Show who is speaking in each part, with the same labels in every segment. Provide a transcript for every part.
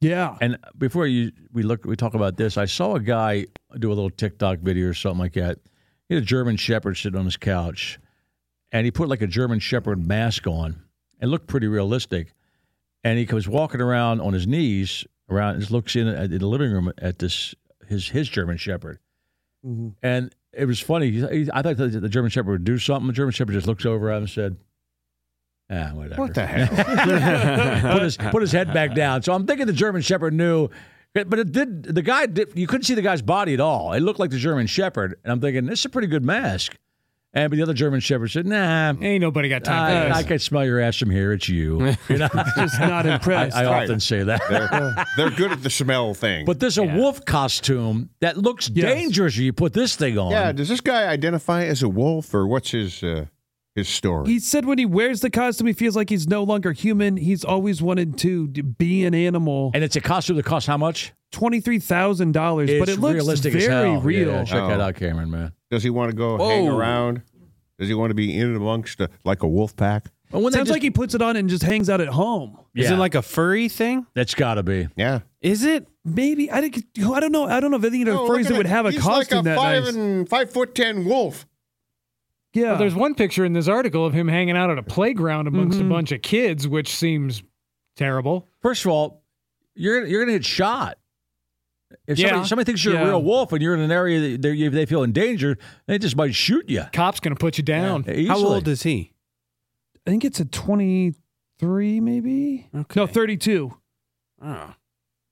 Speaker 1: Yeah.
Speaker 2: And before you we look we talk about this, I saw a guy do a little TikTok video or something like that. He had a German Shepherd sitting on his couch, and he put like a German Shepherd mask on. It looked pretty realistic. And he was walking around on his knees around, just looks in at, in the living room at this his his German Shepherd, and it was funny. He- he- I thought that the German Shepherd would do something. The German Shepherd just looks over at him and said. Ah, whatever.
Speaker 1: What the hell?
Speaker 2: put his put his head back down. So I'm thinking the German Shepherd knew, but it did. The guy did, you couldn't see the guy's body at all. It looked like the German Shepherd, and I'm thinking this is a pretty good mask. And but the other German Shepherd said, "Nah,
Speaker 3: Ain't nobody got time
Speaker 2: I,
Speaker 3: for
Speaker 2: I
Speaker 3: this.
Speaker 2: can smell your ass from here. It's you." You know,
Speaker 3: Just not
Speaker 2: I,
Speaker 3: impressed.
Speaker 2: I
Speaker 4: Right.
Speaker 2: often say that.
Speaker 4: They're, they're good at the Schmel thing.
Speaker 2: But there's a wolf costume that looks
Speaker 3: Yes.
Speaker 2: dangerous. when You put this thing on.
Speaker 4: yeah, does this guy identify as a wolf or what's his uh, his story?
Speaker 3: He said when he wears the costume, he feels like he's no longer human. He's always wanted to d- be an animal.
Speaker 2: and it's a costume that costs how much?
Speaker 3: Twenty three thousand dollars, but
Speaker 2: It's
Speaker 3: it looks
Speaker 2: realistic as
Speaker 3: very
Speaker 2: hell.
Speaker 3: real.
Speaker 2: Yeah, check that
Speaker 4: Oh.
Speaker 2: out, Cameron, man.
Speaker 4: does he want to go hang
Speaker 3: Whoa.
Speaker 4: around? Does he want to be in amongst uh like a wolf pack?
Speaker 2: But when they
Speaker 3: Sounds
Speaker 2: just-
Speaker 3: like he puts it on and just hangs out at home.
Speaker 2: yeah,
Speaker 5: Is it like a furry thing?
Speaker 2: that's got to be.
Speaker 4: Yeah.
Speaker 5: Is it?
Speaker 3: Maybe I think I don't know. I don't know if any of the furries
Speaker 4: No, Oh, look at
Speaker 3: that would
Speaker 4: it.
Speaker 3: have a
Speaker 4: He's
Speaker 3: costume
Speaker 4: like a
Speaker 3: that
Speaker 4: five
Speaker 3: nice.
Speaker 4: and five foot ten wolf.
Speaker 3: yeah,
Speaker 6: Well, there's one picture in this article of him hanging out at a playground amongst
Speaker 2: Mm-hmm.
Speaker 6: a bunch of kids, which seems terrible.
Speaker 2: First of all, you're you're gonna get shot. If
Speaker 6: Yeah.
Speaker 2: somebody, somebody thinks you're a
Speaker 3: Yeah.
Speaker 2: real wolf and you're in an area that they, they feel endangered, they just might shoot you.
Speaker 6: Cop's gonna put you down.
Speaker 2: Easily.
Speaker 5: How old is he?
Speaker 3: I think it's a twenty three, maybe no
Speaker 5: Okay.
Speaker 3: thirty two.
Speaker 5: Oh.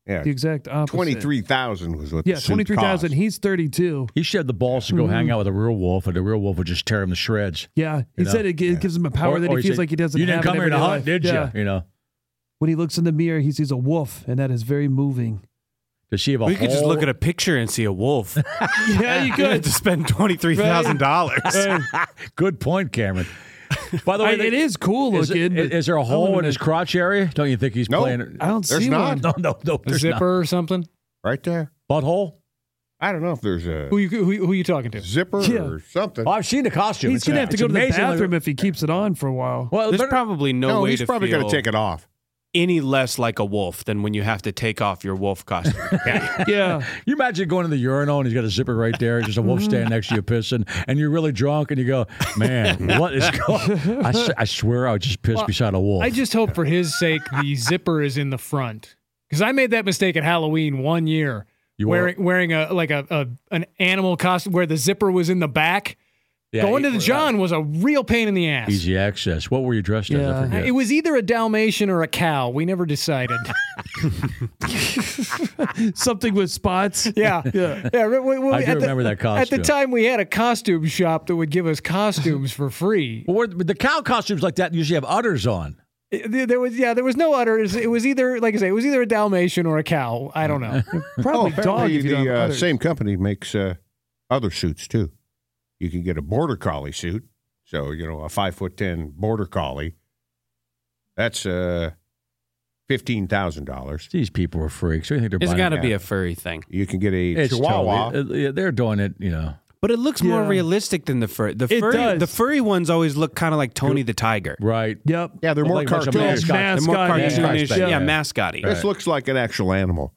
Speaker 4: Yeah.
Speaker 3: The exact opposite.
Speaker 4: Twenty three thousand was what.
Speaker 3: Yeah,
Speaker 4: the suit
Speaker 3: twenty three thousand.
Speaker 4: cost.
Speaker 3: He's thirty two.
Speaker 2: he should have the balls to go hang
Speaker 3: Hmm.
Speaker 2: out with a real wolf, and the real wolf would just tear him to shreds.
Speaker 3: Yeah, he
Speaker 2: You know?
Speaker 3: said it, gi- it gives him a power
Speaker 2: Or-
Speaker 3: that
Speaker 2: or
Speaker 3: he feels
Speaker 2: said,
Speaker 3: like he doesn't.
Speaker 2: You didn't
Speaker 3: have
Speaker 2: come
Speaker 3: in
Speaker 2: here to
Speaker 3: everyday
Speaker 2: hunt,
Speaker 3: life."
Speaker 2: did
Speaker 3: Yeah.
Speaker 2: you? You know,
Speaker 3: When he looks in the mirror, he sees a wolf, and that is very moving.
Speaker 2: does he have a?
Speaker 5: We could just
Speaker 2: whole-
Speaker 5: look at a picture and see a wolf.
Speaker 3: yeah, you
Speaker 5: you have
Speaker 3: could.
Speaker 5: to spend twenty three thousand dollars.
Speaker 2: Good point, Cameron. By the way,
Speaker 3: I- it is cool
Speaker 2: Is,
Speaker 3: looking.
Speaker 2: is,
Speaker 3: but
Speaker 2: there a
Speaker 3: I
Speaker 2: hole
Speaker 3: wouldn't
Speaker 2: in his
Speaker 3: have-
Speaker 2: crotch area? Don't you think he's
Speaker 4: No.
Speaker 2: playing?
Speaker 3: I don't
Speaker 4: There's
Speaker 3: see
Speaker 4: not.
Speaker 3: one.
Speaker 2: No, no, no.
Speaker 6: a
Speaker 2: there's
Speaker 6: zipper
Speaker 2: not.
Speaker 6: or something.
Speaker 4: right there.
Speaker 2: butthole.
Speaker 4: I don't know if there's a
Speaker 6: Who you who, who you talking to?
Speaker 4: zipper
Speaker 3: Yeah.
Speaker 4: or something.
Speaker 2: Oh, I've seen the costume.
Speaker 3: He's
Speaker 2: It's-
Speaker 3: gonna have to
Speaker 2: it's
Speaker 3: go to the
Speaker 2: amazing.
Speaker 3: bathroom if he keeps it on for a while.
Speaker 2: Well,
Speaker 5: There's
Speaker 2: better-
Speaker 5: probably no,
Speaker 4: no,
Speaker 5: way
Speaker 4: he's
Speaker 5: to
Speaker 4: probably
Speaker 5: feel
Speaker 4: gonna take it off.
Speaker 5: any less like a wolf than when you have to take off your wolf costume.
Speaker 3: Yeah,
Speaker 2: You imagine going to the urinal and he's got a zipper right there, just a
Speaker 6: Mm.
Speaker 2: wolf standing next to you pissing, and you're really drunk and you go, man, what is going I, s- I swear I was just pissed
Speaker 6: Well,
Speaker 2: beside a wolf.
Speaker 6: I just hope for his sake the zipper is in the front because I made that mistake at Halloween one year,
Speaker 2: You were-
Speaker 6: wearing wearing a like a, a an animal costume where the zipper was in the back.
Speaker 2: Yeah,
Speaker 6: Going
Speaker 2: you
Speaker 6: to the
Speaker 2: were-
Speaker 6: John was a real pain in the ass. Uh,
Speaker 2: Easy access. What were you dressed as? I
Speaker 3: Yeah.
Speaker 2: forget.
Speaker 6: It was either a Dalmatian or a cow. We never decided.
Speaker 3: something with spots.
Speaker 6: Yeah, yeah, yeah. we- we- we-
Speaker 2: I do
Speaker 6: at the-
Speaker 2: remember that costume.
Speaker 6: At the time, we had a costume shop that would give us costumes for free.
Speaker 2: Well, where- but the cow costumes like that usually have udders on.
Speaker 6: It- there was, yeah, there was no udders. It was either, like I say, it was either a Dalmatian or a cow. I don't know.
Speaker 4: Oh,
Speaker 3: Probably dog.
Speaker 4: apparently
Speaker 3: If you don't
Speaker 4: the
Speaker 3: have
Speaker 4: uh,
Speaker 3: others.
Speaker 4: same company makes uh, other suits too. You can get a border collie suit, so you know a five foot ten border collie. That's uh, fifteen thousand dollars.
Speaker 2: These people are freaks. What do you think they're
Speaker 5: it's
Speaker 2: buying?
Speaker 5: got to be a furry thing,
Speaker 4: You can get a
Speaker 2: It's
Speaker 4: Chihuahua.
Speaker 2: totally- uh, yeah, they're doing it, you know.
Speaker 5: but it looks more
Speaker 3: Yeah.
Speaker 5: realistic than the furry. The
Speaker 3: It
Speaker 5: furry,
Speaker 3: does.
Speaker 5: the furry ones always look kind of like Tony the Tiger.
Speaker 2: Right.
Speaker 3: Yep.
Speaker 4: Yeah, they're
Speaker 2: Well,
Speaker 4: more
Speaker 2: like a bunch of mascots.
Speaker 4: cartoonish.
Speaker 5: They're more
Speaker 3: Mascot,
Speaker 2: yeah.
Speaker 5: cartoonish,
Speaker 2: Yeah.
Speaker 5: yeah, mascotty.
Speaker 2: Right.
Speaker 4: This looks like an actual animal.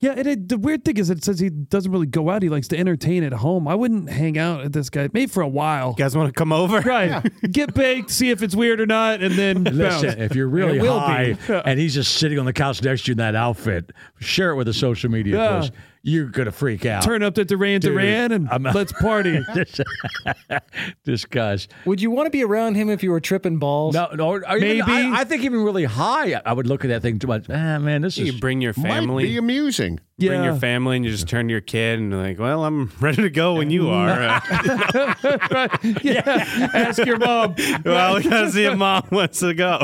Speaker 3: Yeah, and it, the weird thing is, it says he doesn't really go out. He likes to entertain at home. I wouldn't hang out at this guy. Maybe for a while.
Speaker 5: You guys want to come over?
Speaker 3: Right. Get baked, see if it's weird or not, and then bounce.
Speaker 2: Listen, if you're really
Speaker 3: It will
Speaker 2: high
Speaker 3: be.
Speaker 2: and he's just sitting on the couch next to you in that outfit, share it with a social media
Speaker 3: Yeah.
Speaker 2: post. You're gonna freak out.
Speaker 3: Turn up to Duran
Speaker 2: Dude,
Speaker 3: Duran and
Speaker 2: I'm-
Speaker 3: let's party.
Speaker 2: this, this guy's
Speaker 6: Would you want to be around him if you were tripping balls?
Speaker 2: no, no. Or even,
Speaker 3: Maybe.
Speaker 2: I, I think even really high, I- I would look at that thing too much. Ah, man, this
Speaker 5: You
Speaker 2: is
Speaker 5: bring your
Speaker 4: Might be
Speaker 5: family.
Speaker 4: amusing.
Speaker 5: Bring your
Speaker 3: Yeah.
Speaker 5: family, and you just turn to your kid and like, well, I'm ready to go when you are. Uh,
Speaker 3: yeah. Ask your mom.
Speaker 5: well, we gotta see if mom wants to go.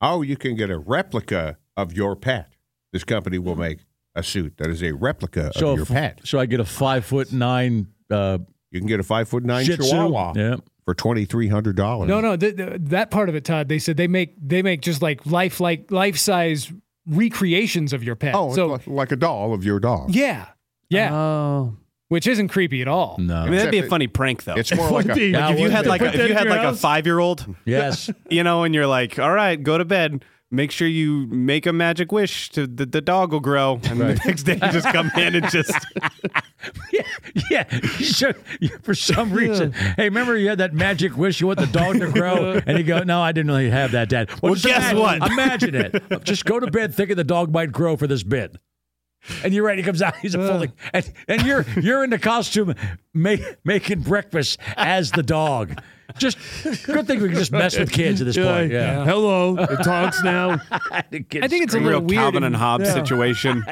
Speaker 4: Oh, you can get a replica of your pet. This company will make a suit that is a replica
Speaker 2: So
Speaker 4: of your
Speaker 2: if-
Speaker 4: pet.
Speaker 2: So I get a five foot nine uh,
Speaker 4: You can get a five foot nine
Speaker 2: Shih Tzu.
Speaker 4: Chihuahua
Speaker 2: Yeah.
Speaker 4: for twenty three hundred dollars.
Speaker 6: No, no, th- th- that part of it, Todd. They said they make they make just like life like life size recreations of your pet.
Speaker 4: Oh,
Speaker 6: so
Speaker 4: like, like a doll of your dog.
Speaker 6: yeah, yeah,
Speaker 3: Oh.
Speaker 6: which isn't creepy at all.
Speaker 5: I
Speaker 2: No.
Speaker 5: mean, that'd be a
Speaker 4: Except it-
Speaker 5: funny prank though.
Speaker 4: It's more like a
Speaker 3: Indeed.
Speaker 2: Yeah,
Speaker 5: Like if you
Speaker 2: wouldn't
Speaker 5: had
Speaker 2: it?
Speaker 5: like a,
Speaker 3: Put
Speaker 5: if
Speaker 3: that
Speaker 5: you
Speaker 3: in
Speaker 5: had
Speaker 3: your
Speaker 5: like a
Speaker 3: house?
Speaker 5: five year old,
Speaker 2: Yes.
Speaker 5: you know, and you're like, all right, go to bed. Make sure you make a magic wish to the, the dog will grow, and the next day you just come in and just
Speaker 2: Yeah, yeah. So, you- for some reason, hey, remember you had that magic wish you want the dog to grow, and you go, "No, I didn't really have that, Dad."
Speaker 5: Well,
Speaker 2: just
Speaker 5: guess
Speaker 2: imagine-
Speaker 5: what?
Speaker 2: Imagine it. Just go to bed thinking the dog might grow for this bit, and you're right. He comes out, he's a fully, and, and you're you're in the costume ma- making breakfast as the dog. Just good thing we can just mess with kids at this point. Yeah,
Speaker 3: Hello. It talks now.
Speaker 6: I think it's a
Speaker 5: real
Speaker 6: little weird.
Speaker 5: Calvin and Hobbes
Speaker 3: yeah.
Speaker 5: situation.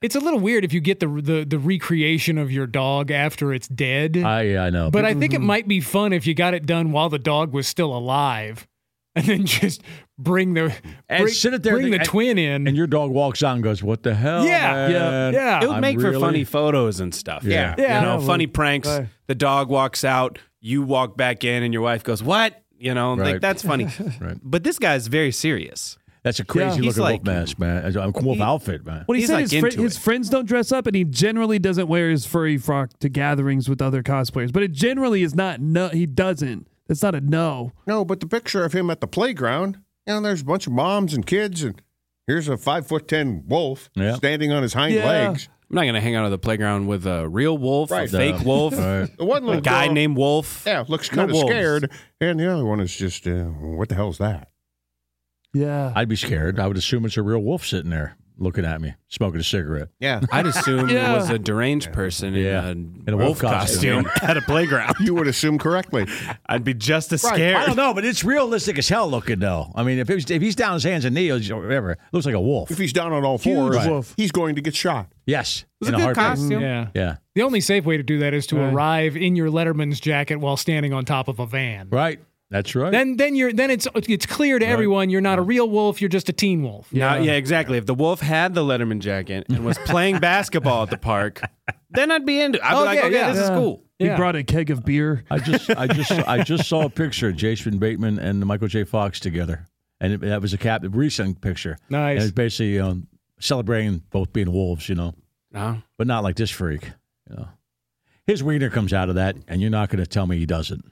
Speaker 6: It's a little weird if you get the the, the recreation of your dog after it's dead.
Speaker 2: I I know.
Speaker 6: but I think
Speaker 3: Mm-hmm.
Speaker 6: it might be fun if you got it done while the dog was still alive, and then just bring the
Speaker 2: And
Speaker 6: bring,
Speaker 2: sit it there and
Speaker 6: bring the
Speaker 2: think-
Speaker 6: twin in.
Speaker 2: and your dog walks out and goes, "What the
Speaker 3: "Oh,
Speaker 2: hell?"
Speaker 6: Yeah, yeah,
Speaker 2: man?
Speaker 6: yeah.
Speaker 5: It would
Speaker 2: I'm
Speaker 5: make for
Speaker 2: really-
Speaker 5: funny photos and stuff.
Speaker 2: Yeah.
Speaker 6: Yeah.
Speaker 5: You know,
Speaker 3: Yeah,
Speaker 5: funny
Speaker 3: well,
Speaker 5: pranks.
Speaker 3: right.
Speaker 5: The dog walks out, you walk back in, and your wife goes, What? You know,
Speaker 2: Right.
Speaker 5: like that's funny.
Speaker 2: Right.
Speaker 5: But this guy's very serious.
Speaker 2: That's a crazy
Speaker 5: He's
Speaker 2: looking
Speaker 5: like-
Speaker 2: wolf mask, man. That's a wolf outfit, man.
Speaker 3: When he
Speaker 5: He's,
Speaker 3: said his,
Speaker 5: like,
Speaker 3: fri-
Speaker 5: into
Speaker 3: his
Speaker 5: it.
Speaker 3: friends don't dress up, and he generally doesn't wear his furry frock to gatherings with other cosplayers, but it generally is not no. He doesn't. That's not a no.
Speaker 4: No, but the picture of him at the playground, you know, there's a bunch of moms and kids, and here's a five foot ten wolf
Speaker 2: Yeah.
Speaker 4: standing on his hind
Speaker 3: Yeah.
Speaker 4: legs.
Speaker 5: I'm not going to hang out at the playground with a real wolf,
Speaker 4: Right.
Speaker 5: a fake wolf,
Speaker 2: Right.
Speaker 4: The one
Speaker 5: a
Speaker 4: little
Speaker 5: guy
Speaker 4: girl-
Speaker 5: named Wolf.
Speaker 4: yeah looks
Speaker 5: No
Speaker 4: kind of
Speaker 5: wolves.
Speaker 4: scared, and the other one is just uh, what the hell's that?
Speaker 3: Yeah.
Speaker 2: I'd be scared. I would assume it's a real wolf sitting there looking at me, smoking a cigarette.
Speaker 4: Yeah,
Speaker 5: I'd assume
Speaker 3: Yeah.
Speaker 5: it was a deranged person
Speaker 2: Yeah.
Speaker 5: in a,
Speaker 2: In a
Speaker 5: wolf
Speaker 2: wolf costume.
Speaker 5: costume, at a playground.
Speaker 4: you would assume correctly.
Speaker 5: I'd be just as
Speaker 4: Right.
Speaker 5: scared.
Speaker 2: I don't know, but it's realistic as hell looking though. I mean, if it was, if he's down his hands and knees or whatever, it looks like a wolf.
Speaker 4: If he's down on all fours,
Speaker 3: Huge wolf.
Speaker 4: he's going to get shot.
Speaker 2: Yes,
Speaker 5: It's
Speaker 2: in
Speaker 5: a
Speaker 2: a
Speaker 5: good
Speaker 2: heartbeat.
Speaker 5: costume.
Speaker 6: yeah.
Speaker 2: Yeah,
Speaker 6: The only safe way to do that is to
Speaker 3: Right.
Speaker 6: arrive in your Letterman's jacket while standing on top of a van.
Speaker 2: right. That's right.
Speaker 6: Then, then you're then it's it's clear to everyone you're not a real wolf. You're just a teen wolf.
Speaker 5: Now, yeah, exactly. If the wolf had the Letterman jacket and was playing basketball at the park, then I'd be into. I'd
Speaker 6: Oh,
Speaker 5: be like,
Speaker 6: yeah,
Speaker 5: okay,
Speaker 6: yeah.
Speaker 5: this is
Speaker 3: Yeah.
Speaker 5: cool.
Speaker 3: He
Speaker 6: Yeah.
Speaker 3: brought a keg of beer.
Speaker 2: I just I just I just saw a picture of Jason Bateman and Michael J. Fox together, and it, that was a cap a recent picture.
Speaker 6: Nice.
Speaker 2: And it's basically you know, celebrating both being wolves, you know,
Speaker 5: No,
Speaker 2: but not like this freak. You know, his wiener comes out of that, and you're not going to tell me he doesn't.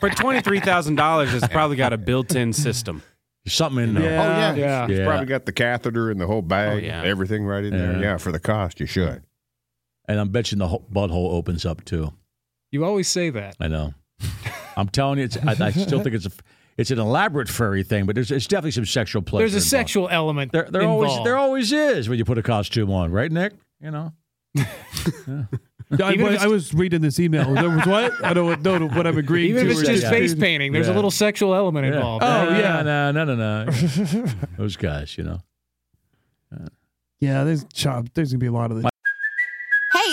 Speaker 5: for twenty three thousand dollars, it's probably got a built in system.
Speaker 2: There's something in there.
Speaker 4: Oh yeah,
Speaker 6: yeah.
Speaker 4: He's
Speaker 2: Yeah.
Speaker 4: probably got the catheter and the whole bag,
Speaker 5: Oh, yeah.
Speaker 4: everything right in there.
Speaker 2: Yeah.
Speaker 4: Yeah, for the cost, you should.
Speaker 2: And I'm betting the whole butthole opens up too.
Speaker 6: You always say that.
Speaker 2: I know. I'm telling you, it's, I, I still think it's a, it's an elaborate furry thing, but there's it's definitely some sexual pleasure.
Speaker 6: There's a
Speaker 2: involved.
Speaker 6: sexual element.
Speaker 2: There, there
Speaker 6: involved.
Speaker 2: always there always is when you put a costume on, right, Nick? You know.
Speaker 3: I,
Speaker 6: Even if
Speaker 3: was,
Speaker 6: it's-
Speaker 3: I was reading this email. There was what? I don't know what I'm agreeing
Speaker 6: Even
Speaker 3: to.
Speaker 6: if it's
Speaker 3: or
Speaker 6: just
Speaker 3: disagreeing
Speaker 6: face
Speaker 3: to.
Speaker 6: painting, there's a
Speaker 2: Yeah.
Speaker 6: little sexual element involved.
Speaker 3: Oh,
Speaker 2: Nah,
Speaker 3: yeah.
Speaker 2: nah, no, no, no. Those guys, you know.
Speaker 3: Yeah, there's chop. There's gonna be a lot of this.
Speaker 1: Hey,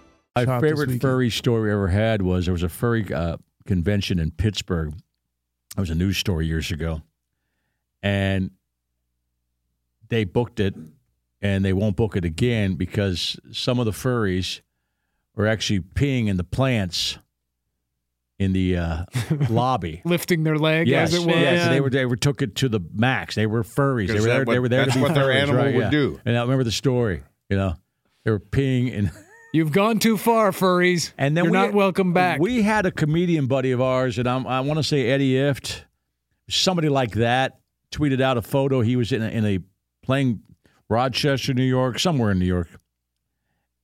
Speaker 2: My
Speaker 3: Shop this
Speaker 2: favorite
Speaker 3: weekend.
Speaker 2: furry story I ever had was there was a furry uh, convention in Pittsburgh. It was a news story years ago, and they booked it, and they won't book it again because some of the furries were actually peeing in the plants in the uh, lobby.
Speaker 6: lifting their leg
Speaker 2: Yes,
Speaker 6: as it was.
Speaker 2: yes, they were they were took it to the max. They were furries. They
Speaker 4: 'Cause
Speaker 2: were
Speaker 4: that
Speaker 2: there. they
Speaker 4: what-
Speaker 2: were there
Speaker 4: that's
Speaker 2: to be
Speaker 4: what their
Speaker 2: furries,
Speaker 4: animal
Speaker 2: right?
Speaker 4: would
Speaker 2: yeah.
Speaker 4: do.
Speaker 2: And I remember the story. You know, they were peeing and.
Speaker 6: You've gone too far, furries.
Speaker 2: And then
Speaker 6: you're
Speaker 2: we,
Speaker 6: not welcome back.
Speaker 2: We had a comedian buddy of ours, and I'm, I want to say Eddie Ift, somebody like that, tweeted out a photo. He was in a, in a playing Rochester, New York, somewhere in New York,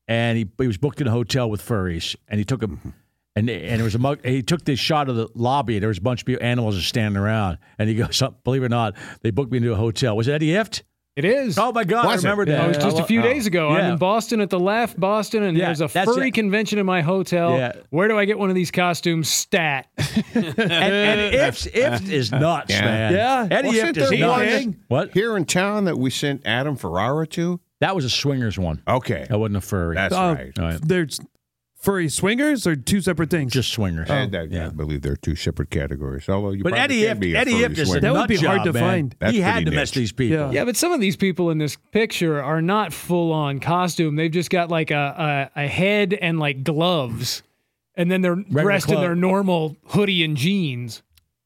Speaker 2: and he he was booked in a hotel with furries, and he took a.
Speaker 6: Mm-hmm.
Speaker 2: And, and it was a mug. He took this shot of the lobby, and there was a bunch of animals just standing around. And he goes, "Believe it or not, they booked me into a hotel." Was it Eddie Ift?
Speaker 6: it is.
Speaker 2: Oh my God,
Speaker 4: Was it?
Speaker 2: I remember that. Uh,
Speaker 6: I was just a few days ago. I'm
Speaker 2: Oh, Yeah.
Speaker 6: in Boston at the Laugh Boston, and
Speaker 2: Yeah,
Speaker 6: there's a
Speaker 2: that's
Speaker 6: furry
Speaker 2: it.
Speaker 6: convention in my hotel.
Speaker 2: Yeah.
Speaker 6: Where do I get one of these costumes? Stat.
Speaker 2: And, and Ift, Ift is nuts,
Speaker 4: Yeah.
Speaker 2: man.
Speaker 3: Yeah.
Speaker 2: Eddie Ift
Speaker 4: Wasn't
Speaker 2: is
Speaker 4: there one
Speaker 2: nuts.
Speaker 4: that-
Speaker 2: What?
Speaker 4: Here in town that we sent Adam Ferrara to?
Speaker 2: That was a swingers one.
Speaker 4: Okay.
Speaker 2: That wasn't a furry.
Speaker 4: That's
Speaker 3: Oh.
Speaker 4: right.
Speaker 2: All right.
Speaker 3: There's furry swingers or two separate things.
Speaker 2: Just swingers.
Speaker 4: And I, I
Speaker 2: yeah.
Speaker 4: believe there are two separate categories. Although you
Speaker 2: But
Speaker 4: probably
Speaker 2: Eddie
Speaker 4: can
Speaker 2: Ift,
Speaker 4: be a
Speaker 2: Eddie
Speaker 4: furry
Speaker 2: Ift is a
Speaker 4: swinger.
Speaker 3: That would
Speaker 2: nut
Speaker 3: be hard
Speaker 2: job,
Speaker 3: to
Speaker 2: man.
Speaker 3: find.
Speaker 4: That's
Speaker 2: he had
Speaker 4: pretty
Speaker 2: to mess
Speaker 4: niche.
Speaker 2: these people.
Speaker 6: Yeah, but some of these people in this picture are not full on costume. They've just got like a, a, a head and like gloves, and then they're dressed in
Speaker 2: clothes.
Speaker 6: their normal hoodie and jeans.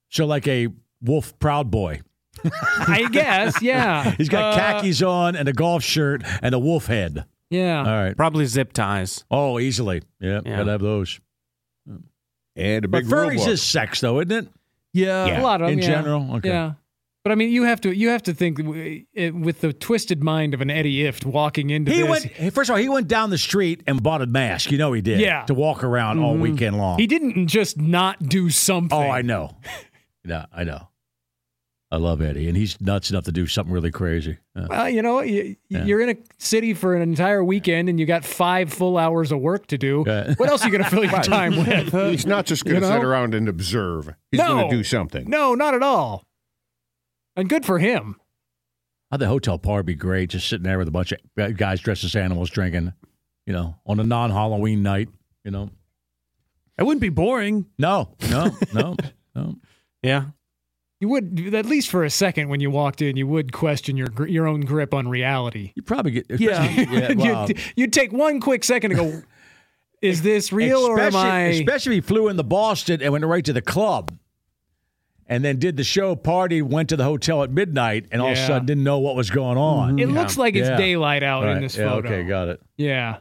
Speaker 2: So like a wolf proud boy.
Speaker 6: I guess, yeah,
Speaker 2: He's got khakis on and a golf shirt and a wolf head.
Speaker 6: yeah.
Speaker 2: All right.
Speaker 5: Probably zip ties.
Speaker 2: Oh, easily. Yeah,
Speaker 5: Yeah.
Speaker 2: gotta have those.
Speaker 4: And a
Speaker 2: But
Speaker 4: big rule
Speaker 2: furries
Speaker 4: book.
Speaker 2: is sex, though, isn't it?
Speaker 3: yeah.
Speaker 6: a lot of
Speaker 2: In
Speaker 6: them yeah.
Speaker 2: general? Okay.
Speaker 6: Yeah, but I mean, you have to you have to think w- it- with the twisted mind of an Eddie Ift walking into
Speaker 2: He
Speaker 6: this.
Speaker 2: went. he- First of all, he went down the street and bought a mask. You know he did.
Speaker 6: Yeah.
Speaker 2: To walk around all weekend long.
Speaker 6: he didn't just not do something.
Speaker 2: Oh, I know. yeah, I know. I love Eddie, and he's nuts enough to do something really crazy. Yeah.
Speaker 6: Well, you know, you,
Speaker 2: Yeah.
Speaker 6: you're in a city for an entire weekend, and you got five full hours of work to do.
Speaker 2: Yeah.
Speaker 6: What else are you going to fill your time with?
Speaker 4: He's not just going
Speaker 6: You
Speaker 4: to
Speaker 6: know?
Speaker 4: sit around and observe. He's
Speaker 6: No.
Speaker 4: going to do something.
Speaker 6: No, not at all. And good for him.
Speaker 2: How'd the hotel bar be great? Just sitting there with a bunch of guys dressed as animals drinking, you know, on a non Halloween night, you know?
Speaker 3: It wouldn't be boring.
Speaker 2: No, no, no, no.
Speaker 5: Yeah.
Speaker 6: You would, at least for a second, when you walked in, you would question your gr- your own grip on reality.
Speaker 2: You probably get.
Speaker 3: Yeah.
Speaker 2: yeah wow.
Speaker 6: you'd, you'd take one quick second to go, "Is this real or am
Speaker 2: especially,
Speaker 6: I?"
Speaker 2: Especially if he flew into Boston and went right to the club and then did the show, party, went to the hotel at midnight, and all of a
Speaker 6: Yeah. Mm-hmm.
Speaker 2: sudden didn't know what was going on.
Speaker 6: it looks like it's
Speaker 2: Yeah.
Speaker 6: daylight out
Speaker 2: All right.
Speaker 6: in this
Speaker 2: yeah,
Speaker 6: photo.
Speaker 2: Okay, got it.
Speaker 6: yeah.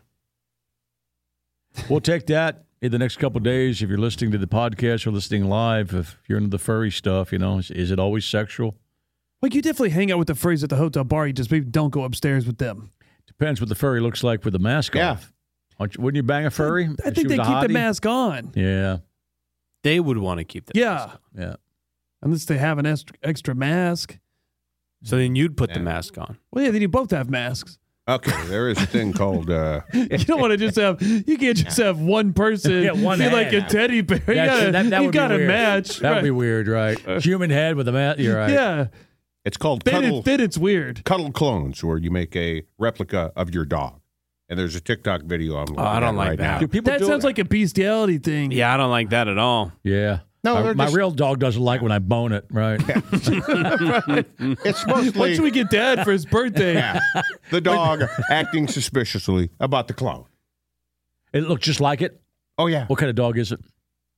Speaker 2: We'll take that in the next couple of days. If you're listening to the podcast or listening live, if you're into the furry stuff, you know, is, is it always sexual?
Speaker 3: Like you definitely hang out with the furries at the hotel bar. You just maybe don't go upstairs with them.
Speaker 2: Depends what the furry looks like with the mask
Speaker 4: Yeah.
Speaker 2: off. Aren't you- Wouldn't you bang a furry?
Speaker 3: I
Speaker 2: She
Speaker 3: think
Speaker 2: was
Speaker 3: they
Speaker 2: a
Speaker 3: keep the
Speaker 2: hottie?
Speaker 3: mask on.
Speaker 2: Yeah,
Speaker 5: They would want to keep that.
Speaker 3: Yeah,
Speaker 2: yeah.
Speaker 3: unless they have an est- extra mask.
Speaker 5: So then you'd put the
Speaker 4: Yeah.
Speaker 5: mask on.
Speaker 3: Well, yeah, then you both have masks.
Speaker 4: Okay, there is a thing called uh,
Speaker 3: You don't want to just have. You can't just have one person
Speaker 2: Yeah, one
Speaker 3: be
Speaker 2: man.
Speaker 3: like a teddy bear. You
Speaker 2: That's-
Speaker 3: gotta,
Speaker 2: that- that
Speaker 3: you
Speaker 2: would be
Speaker 3: gotta
Speaker 2: weird.
Speaker 3: match.
Speaker 2: That would be
Speaker 3: right.
Speaker 2: weird, right? Human head with a mask. You're right.
Speaker 3: Yeah,
Speaker 4: it's called
Speaker 3: then,
Speaker 4: cuddle,
Speaker 3: it, then it's weird.
Speaker 4: cuddle clones, where you make a replica of your dog. And there's a TikTok video I'm
Speaker 2: Oh,
Speaker 4: looking
Speaker 5: I don't
Speaker 4: at
Speaker 5: like
Speaker 4: right
Speaker 5: that.
Speaker 4: now.
Speaker 2: Do people
Speaker 3: That
Speaker 2: do
Speaker 3: sounds
Speaker 2: it?
Speaker 3: like a bestiality thing.
Speaker 5: Yeah, I don't like that at all.
Speaker 2: Yeah.
Speaker 4: No,
Speaker 2: my,
Speaker 4: they're
Speaker 2: my
Speaker 4: just-
Speaker 2: real dog doesn't like when I bone it, right?
Speaker 4: It's
Speaker 3: What
Speaker 4: mostly
Speaker 3: should we get Dad for his birthday?
Speaker 4: yeah, the dog acting suspiciously about the clone.
Speaker 2: It looked just like it.
Speaker 4: Oh yeah,
Speaker 2: What kind of dog is it?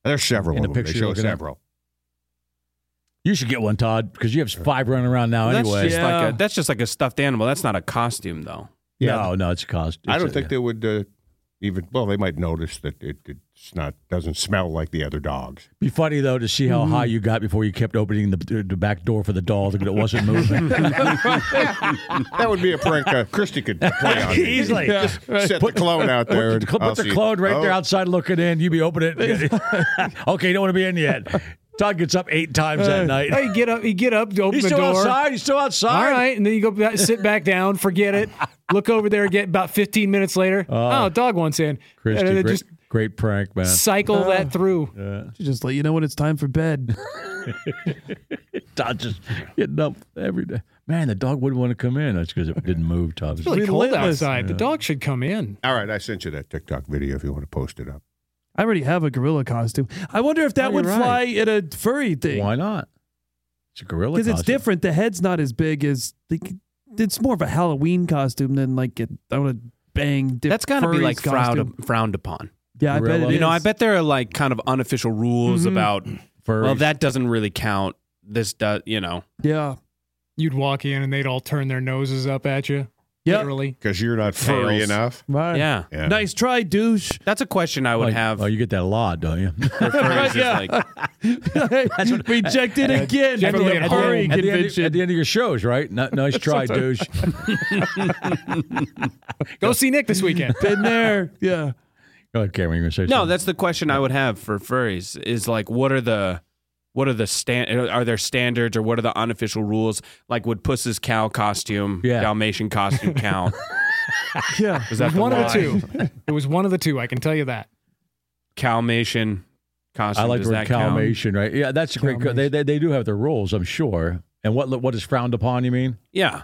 Speaker 4: there's several
Speaker 2: in
Speaker 4: in
Speaker 2: the
Speaker 4: of them.
Speaker 2: picture
Speaker 4: They
Speaker 2: you're
Speaker 4: show
Speaker 2: looking at.
Speaker 4: several.
Speaker 2: You should get one, Todd, because you have five running around now
Speaker 5: that's
Speaker 2: anyway.
Speaker 5: just
Speaker 3: Yeah.
Speaker 5: like a that's just like a stuffed animal. That's not a costume though.
Speaker 2: No, no, it's cost.
Speaker 4: I don't think they would uh, even. Well, they might notice that it, it's not doesn't smell like the other dogs.
Speaker 2: Be funny though to see how high you got before you kept opening the, the back door for the doll that it wasn't moving.
Speaker 4: That would be a prank uh, Christy could play on. me.
Speaker 2: Easily.
Speaker 4: Just set the clone out there.
Speaker 2: Put
Speaker 4: and
Speaker 2: the, cl-
Speaker 4: I'll
Speaker 2: put the
Speaker 4: see.
Speaker 2: clone right there
Speaker 4: Oh,
Speaker 2: outside looking in. You be opening it. okay, you don't want to be in yet. Todd gets up eight times that
Speaker 6: Oh,
Speaker 2: night.
Speaker 6: you get up, you get up to open
Speaker 2: He's
Speaker 6: the
Speaker 2: still
Speaker 6: door.
Speaker 2: outside. He's still outside.
Speaker 6: All right, and then you go back, sit back down, forget it. Look over there again. About 15 minutes later, oh, dog wants in,
Speaker 2: Christy, Oh.
Speaker 6: and then
Speaker 2: great,
Speaker 6: just
Speaker 2: great prank, man.
Speaker 6: cycle that through.
Speaker 3: Should just let you know when it's time for bed.
Speaker 2: Todd just getting up every day. Man, the dog wouldn't want to come in. That's because it didn't move, Todd.
Speaker 6: It's really cold
Speaker 3: Relentless.
Speaker 6: outside. The dog should come in.
Speaker 4: All right, I sent you that TikTok video if you want to post it up.
Speaker 3: I already have a gorilla costume. I wonder if that
Speaker 5: Oh,
Speaker 3: would
Speaker 5: you're
Speaker 3: fly
Speaker 5: right.
Speaker 3: in a furry thing
Speaker 2: Why not? It's a gorilla.
Speaker 3: because it's
Speaker 2: costume.
Speaker 3: different. The head's not as big as the. It's more of a Halloween costume than like a, I want to bang. Dip
Speaker 5: That's gotta be
Speaker 3: furries
Speaker 5: like frowned
Speaker 3: costume.
Speaker 5: frowned upon.
Speaker 3: Yeah, I bet it
Speaker 2: Gorilla.
Speaker 3: is.
Speaker 5: You know, I bet there are like kind of unofficial rules about.
Speaker 2: Furries.
Speaker 5: Mm-hmm. Well, that doesn't really count. This does, you know.
Speaker 3: Yeah.
Speaker 6: You'd walk in and they'd all turn their noses up at you.
Speaker 3: Yep.
Speaker 6: Literally.
Speaker 4: because you're not furry
Speaker 5: Tails.
Speaker 4: enough.
Speaker 3: Right.
Speaker 5: Yeah,
Speaker 4: Yeah.
Speaker 3: Nice try, douche.
Speaker 5: that's a question I would
Speaker 2: Like-
Speaker 5: have.
Speaker 2: Oh, you get that a lot, don't you?
Speaker 5: Furries is
Speaker 3: Yeah.
Speaker 5: like,
Speaker 3: Rejected again
Speaker 6: At
Speaker 3: from
Speaker 6: the
Speaker 3: the
Speaker 6: end-
Speaker 3: furry
Speaker 2: at, the end of,
Speaker 3: convention.
Speaker 2: at the end of your shows, right? N- nice try, douche.
Speaker 6: Go see Nick this weekend.
Speaker 3: Been there. Yeah.
Speaker 2: Go ahead, Cameron. You're gonna say
Speaker 5: no,
Speaker 2: something.
Speaker 5: that's the question I would have for furries is like, what are the, what are the stand, are there standards or what are the unofficial rules? Like, would Puss's cow costume,
Speaker 2: Yeah.
Speaker 5: Dalmatian costume count?
Speaker 3: Yeah.
Speaker 5: Was that the
Speaker 6: one of the
Speaker 5: line?
Speaker 6: two. It was one of the two. I can tell you that.
Speaker 5: Calmation costume.
Speaker 2: I like
Speaker 5: does
Speaker 2: the word
Speaker 5: that count?
Speaker 2: calmation, right? Yeah, that's a great. co- They, they they do have their rules, I'm sure. And what what is frowned upon? You mean?
Speaker 5: Yeah,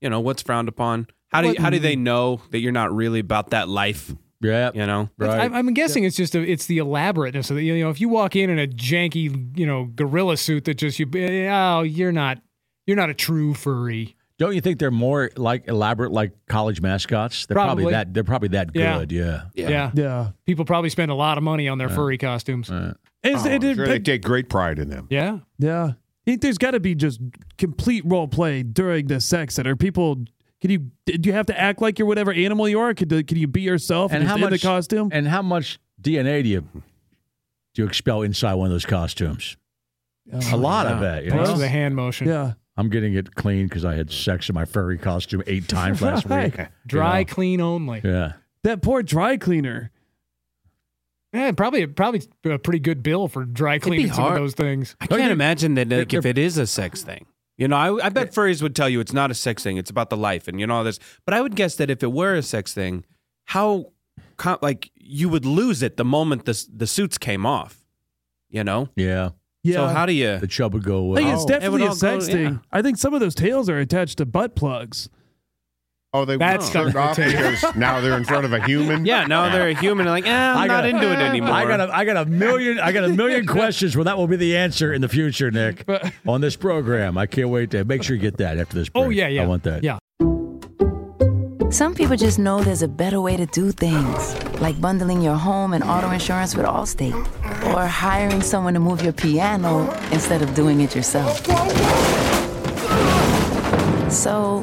Speaker 5: you know what's frowned upon. How do you, how do they know that you're not really about that life?
Speaker 2: Yeah,
Speaker 5: You know,
Speaker 2: right.
Speaker 6: I, I'm guessing it's just a, it's the elaborateness of the, you know if you walk in in a janky you know gorilla suit that just you oh you're not you're not a true furry.
Speaker 2: Don't you think they're more like elaborate, like college mascots? They're probably,
Speaker 6: Probably.
Speaker 2: that. They're probably that
Speaker 6: Yeah.
Speaker 2: good. Yeah.
Speaker 5: Yeah.
Speaker 3: Yeah.
Speaker 6: people probably spend a lot of money on their furry costumes.
Speaker 2: Uh,
Speaker 3: It's-
Speaker 4: Oh,
Speaker 3: it-
Speaker 4: I'm
Speaker 3: it-
Speaker 4: sure they take great pride in them.
Speaker 6: Yeah,
Speaker 3: yeah. I think there's got to be just complete role play during the sex that are people. Can you? Do you have to act like you're whatever animal you are? Could uh, can you be yourself and,
Speaker 2: And how
Speaker 3: just in
Speaker 2: much-
Speaker 3: the costume?
Speaker 2: and how much DNA do you do you expel inside one of those costumes? a lot of it. You
Speaker 6: most of
Speaker 2: know?
Speaker 6: Oh, the hand motion.
Speaker 3: yeah.
Speaker 2: I'm getting it clean because I had sex in my furry costume eight times last week.
Speaker 3: Right.
Speaker 6: Dry
Speaker 2: You know?
Speaker 6: clean only. Yeah.
Speaker 2: Yeah.
Speaker 3: That poor dry cleaner.
Speaker 6: Eh, probably probably a pretty good bill for dry
Speaker 5: be
Speaker 6: cleaning some of
Speaker 5: hard.
Speaker 6: those things.
Speaker 5: I
Speaker 2: No,
Speaker 5: can't
Speaker 2: you-
Speaker 5: imagine that like,
Speaker 2: they're-
Speaker 5: if it is a sex thing. You know, I, I bet furries would tell you it's not a sex thing. It's about the life and you know all this. But I would guess that if it were a sex thing, how com- like you would lose it the moment the s- the suits came off. You know.
Speaker 2: Yeah.
Speaker 3: Yeah.
Speaker 5: So how do you?
Speaker 2: The chub would go
Speaker 3: I
Speaker 2: away.
Speaker 3: think it's
Speaker 5: Oh. It would
Speaker 3: definitely
Speaker 5: all
Speaker 3: a
Speaker 5: go-
Speaker 3: sex
Speaker 5: yeah.
Speaker 3: thing. I think some of those tails are attached to butt plugs.
Speaker 4: Oh, they
Speaker 6: That's
Speaker 4: turned
Speaker 6: something
Speaker 4: off
Speaker 6: to take.
Speaker 4: because now they're in front of a human.
Speaker 5: Yeah. Now they're a human. Like, eh, I'm
Speaker 2: I
Speaker 5: not
Speaker 2: gotta-
Speaker 5: into it anymore.
Speaker 2: I got a, I got a million I got a million questions where that will be the answer in the future, Nick, on this program. I can't wait to make sure you get that after this. Break.
Speaker 6: Oh yeah, yeah.
Speaker 2: I want that.
Speaker 6: Yeah,
Speaker 7: Some people just know there's a better way to do things, like bundling your home and auto insurance with Allstate, or hiring someone to move your piano instead of doing it yourself. So,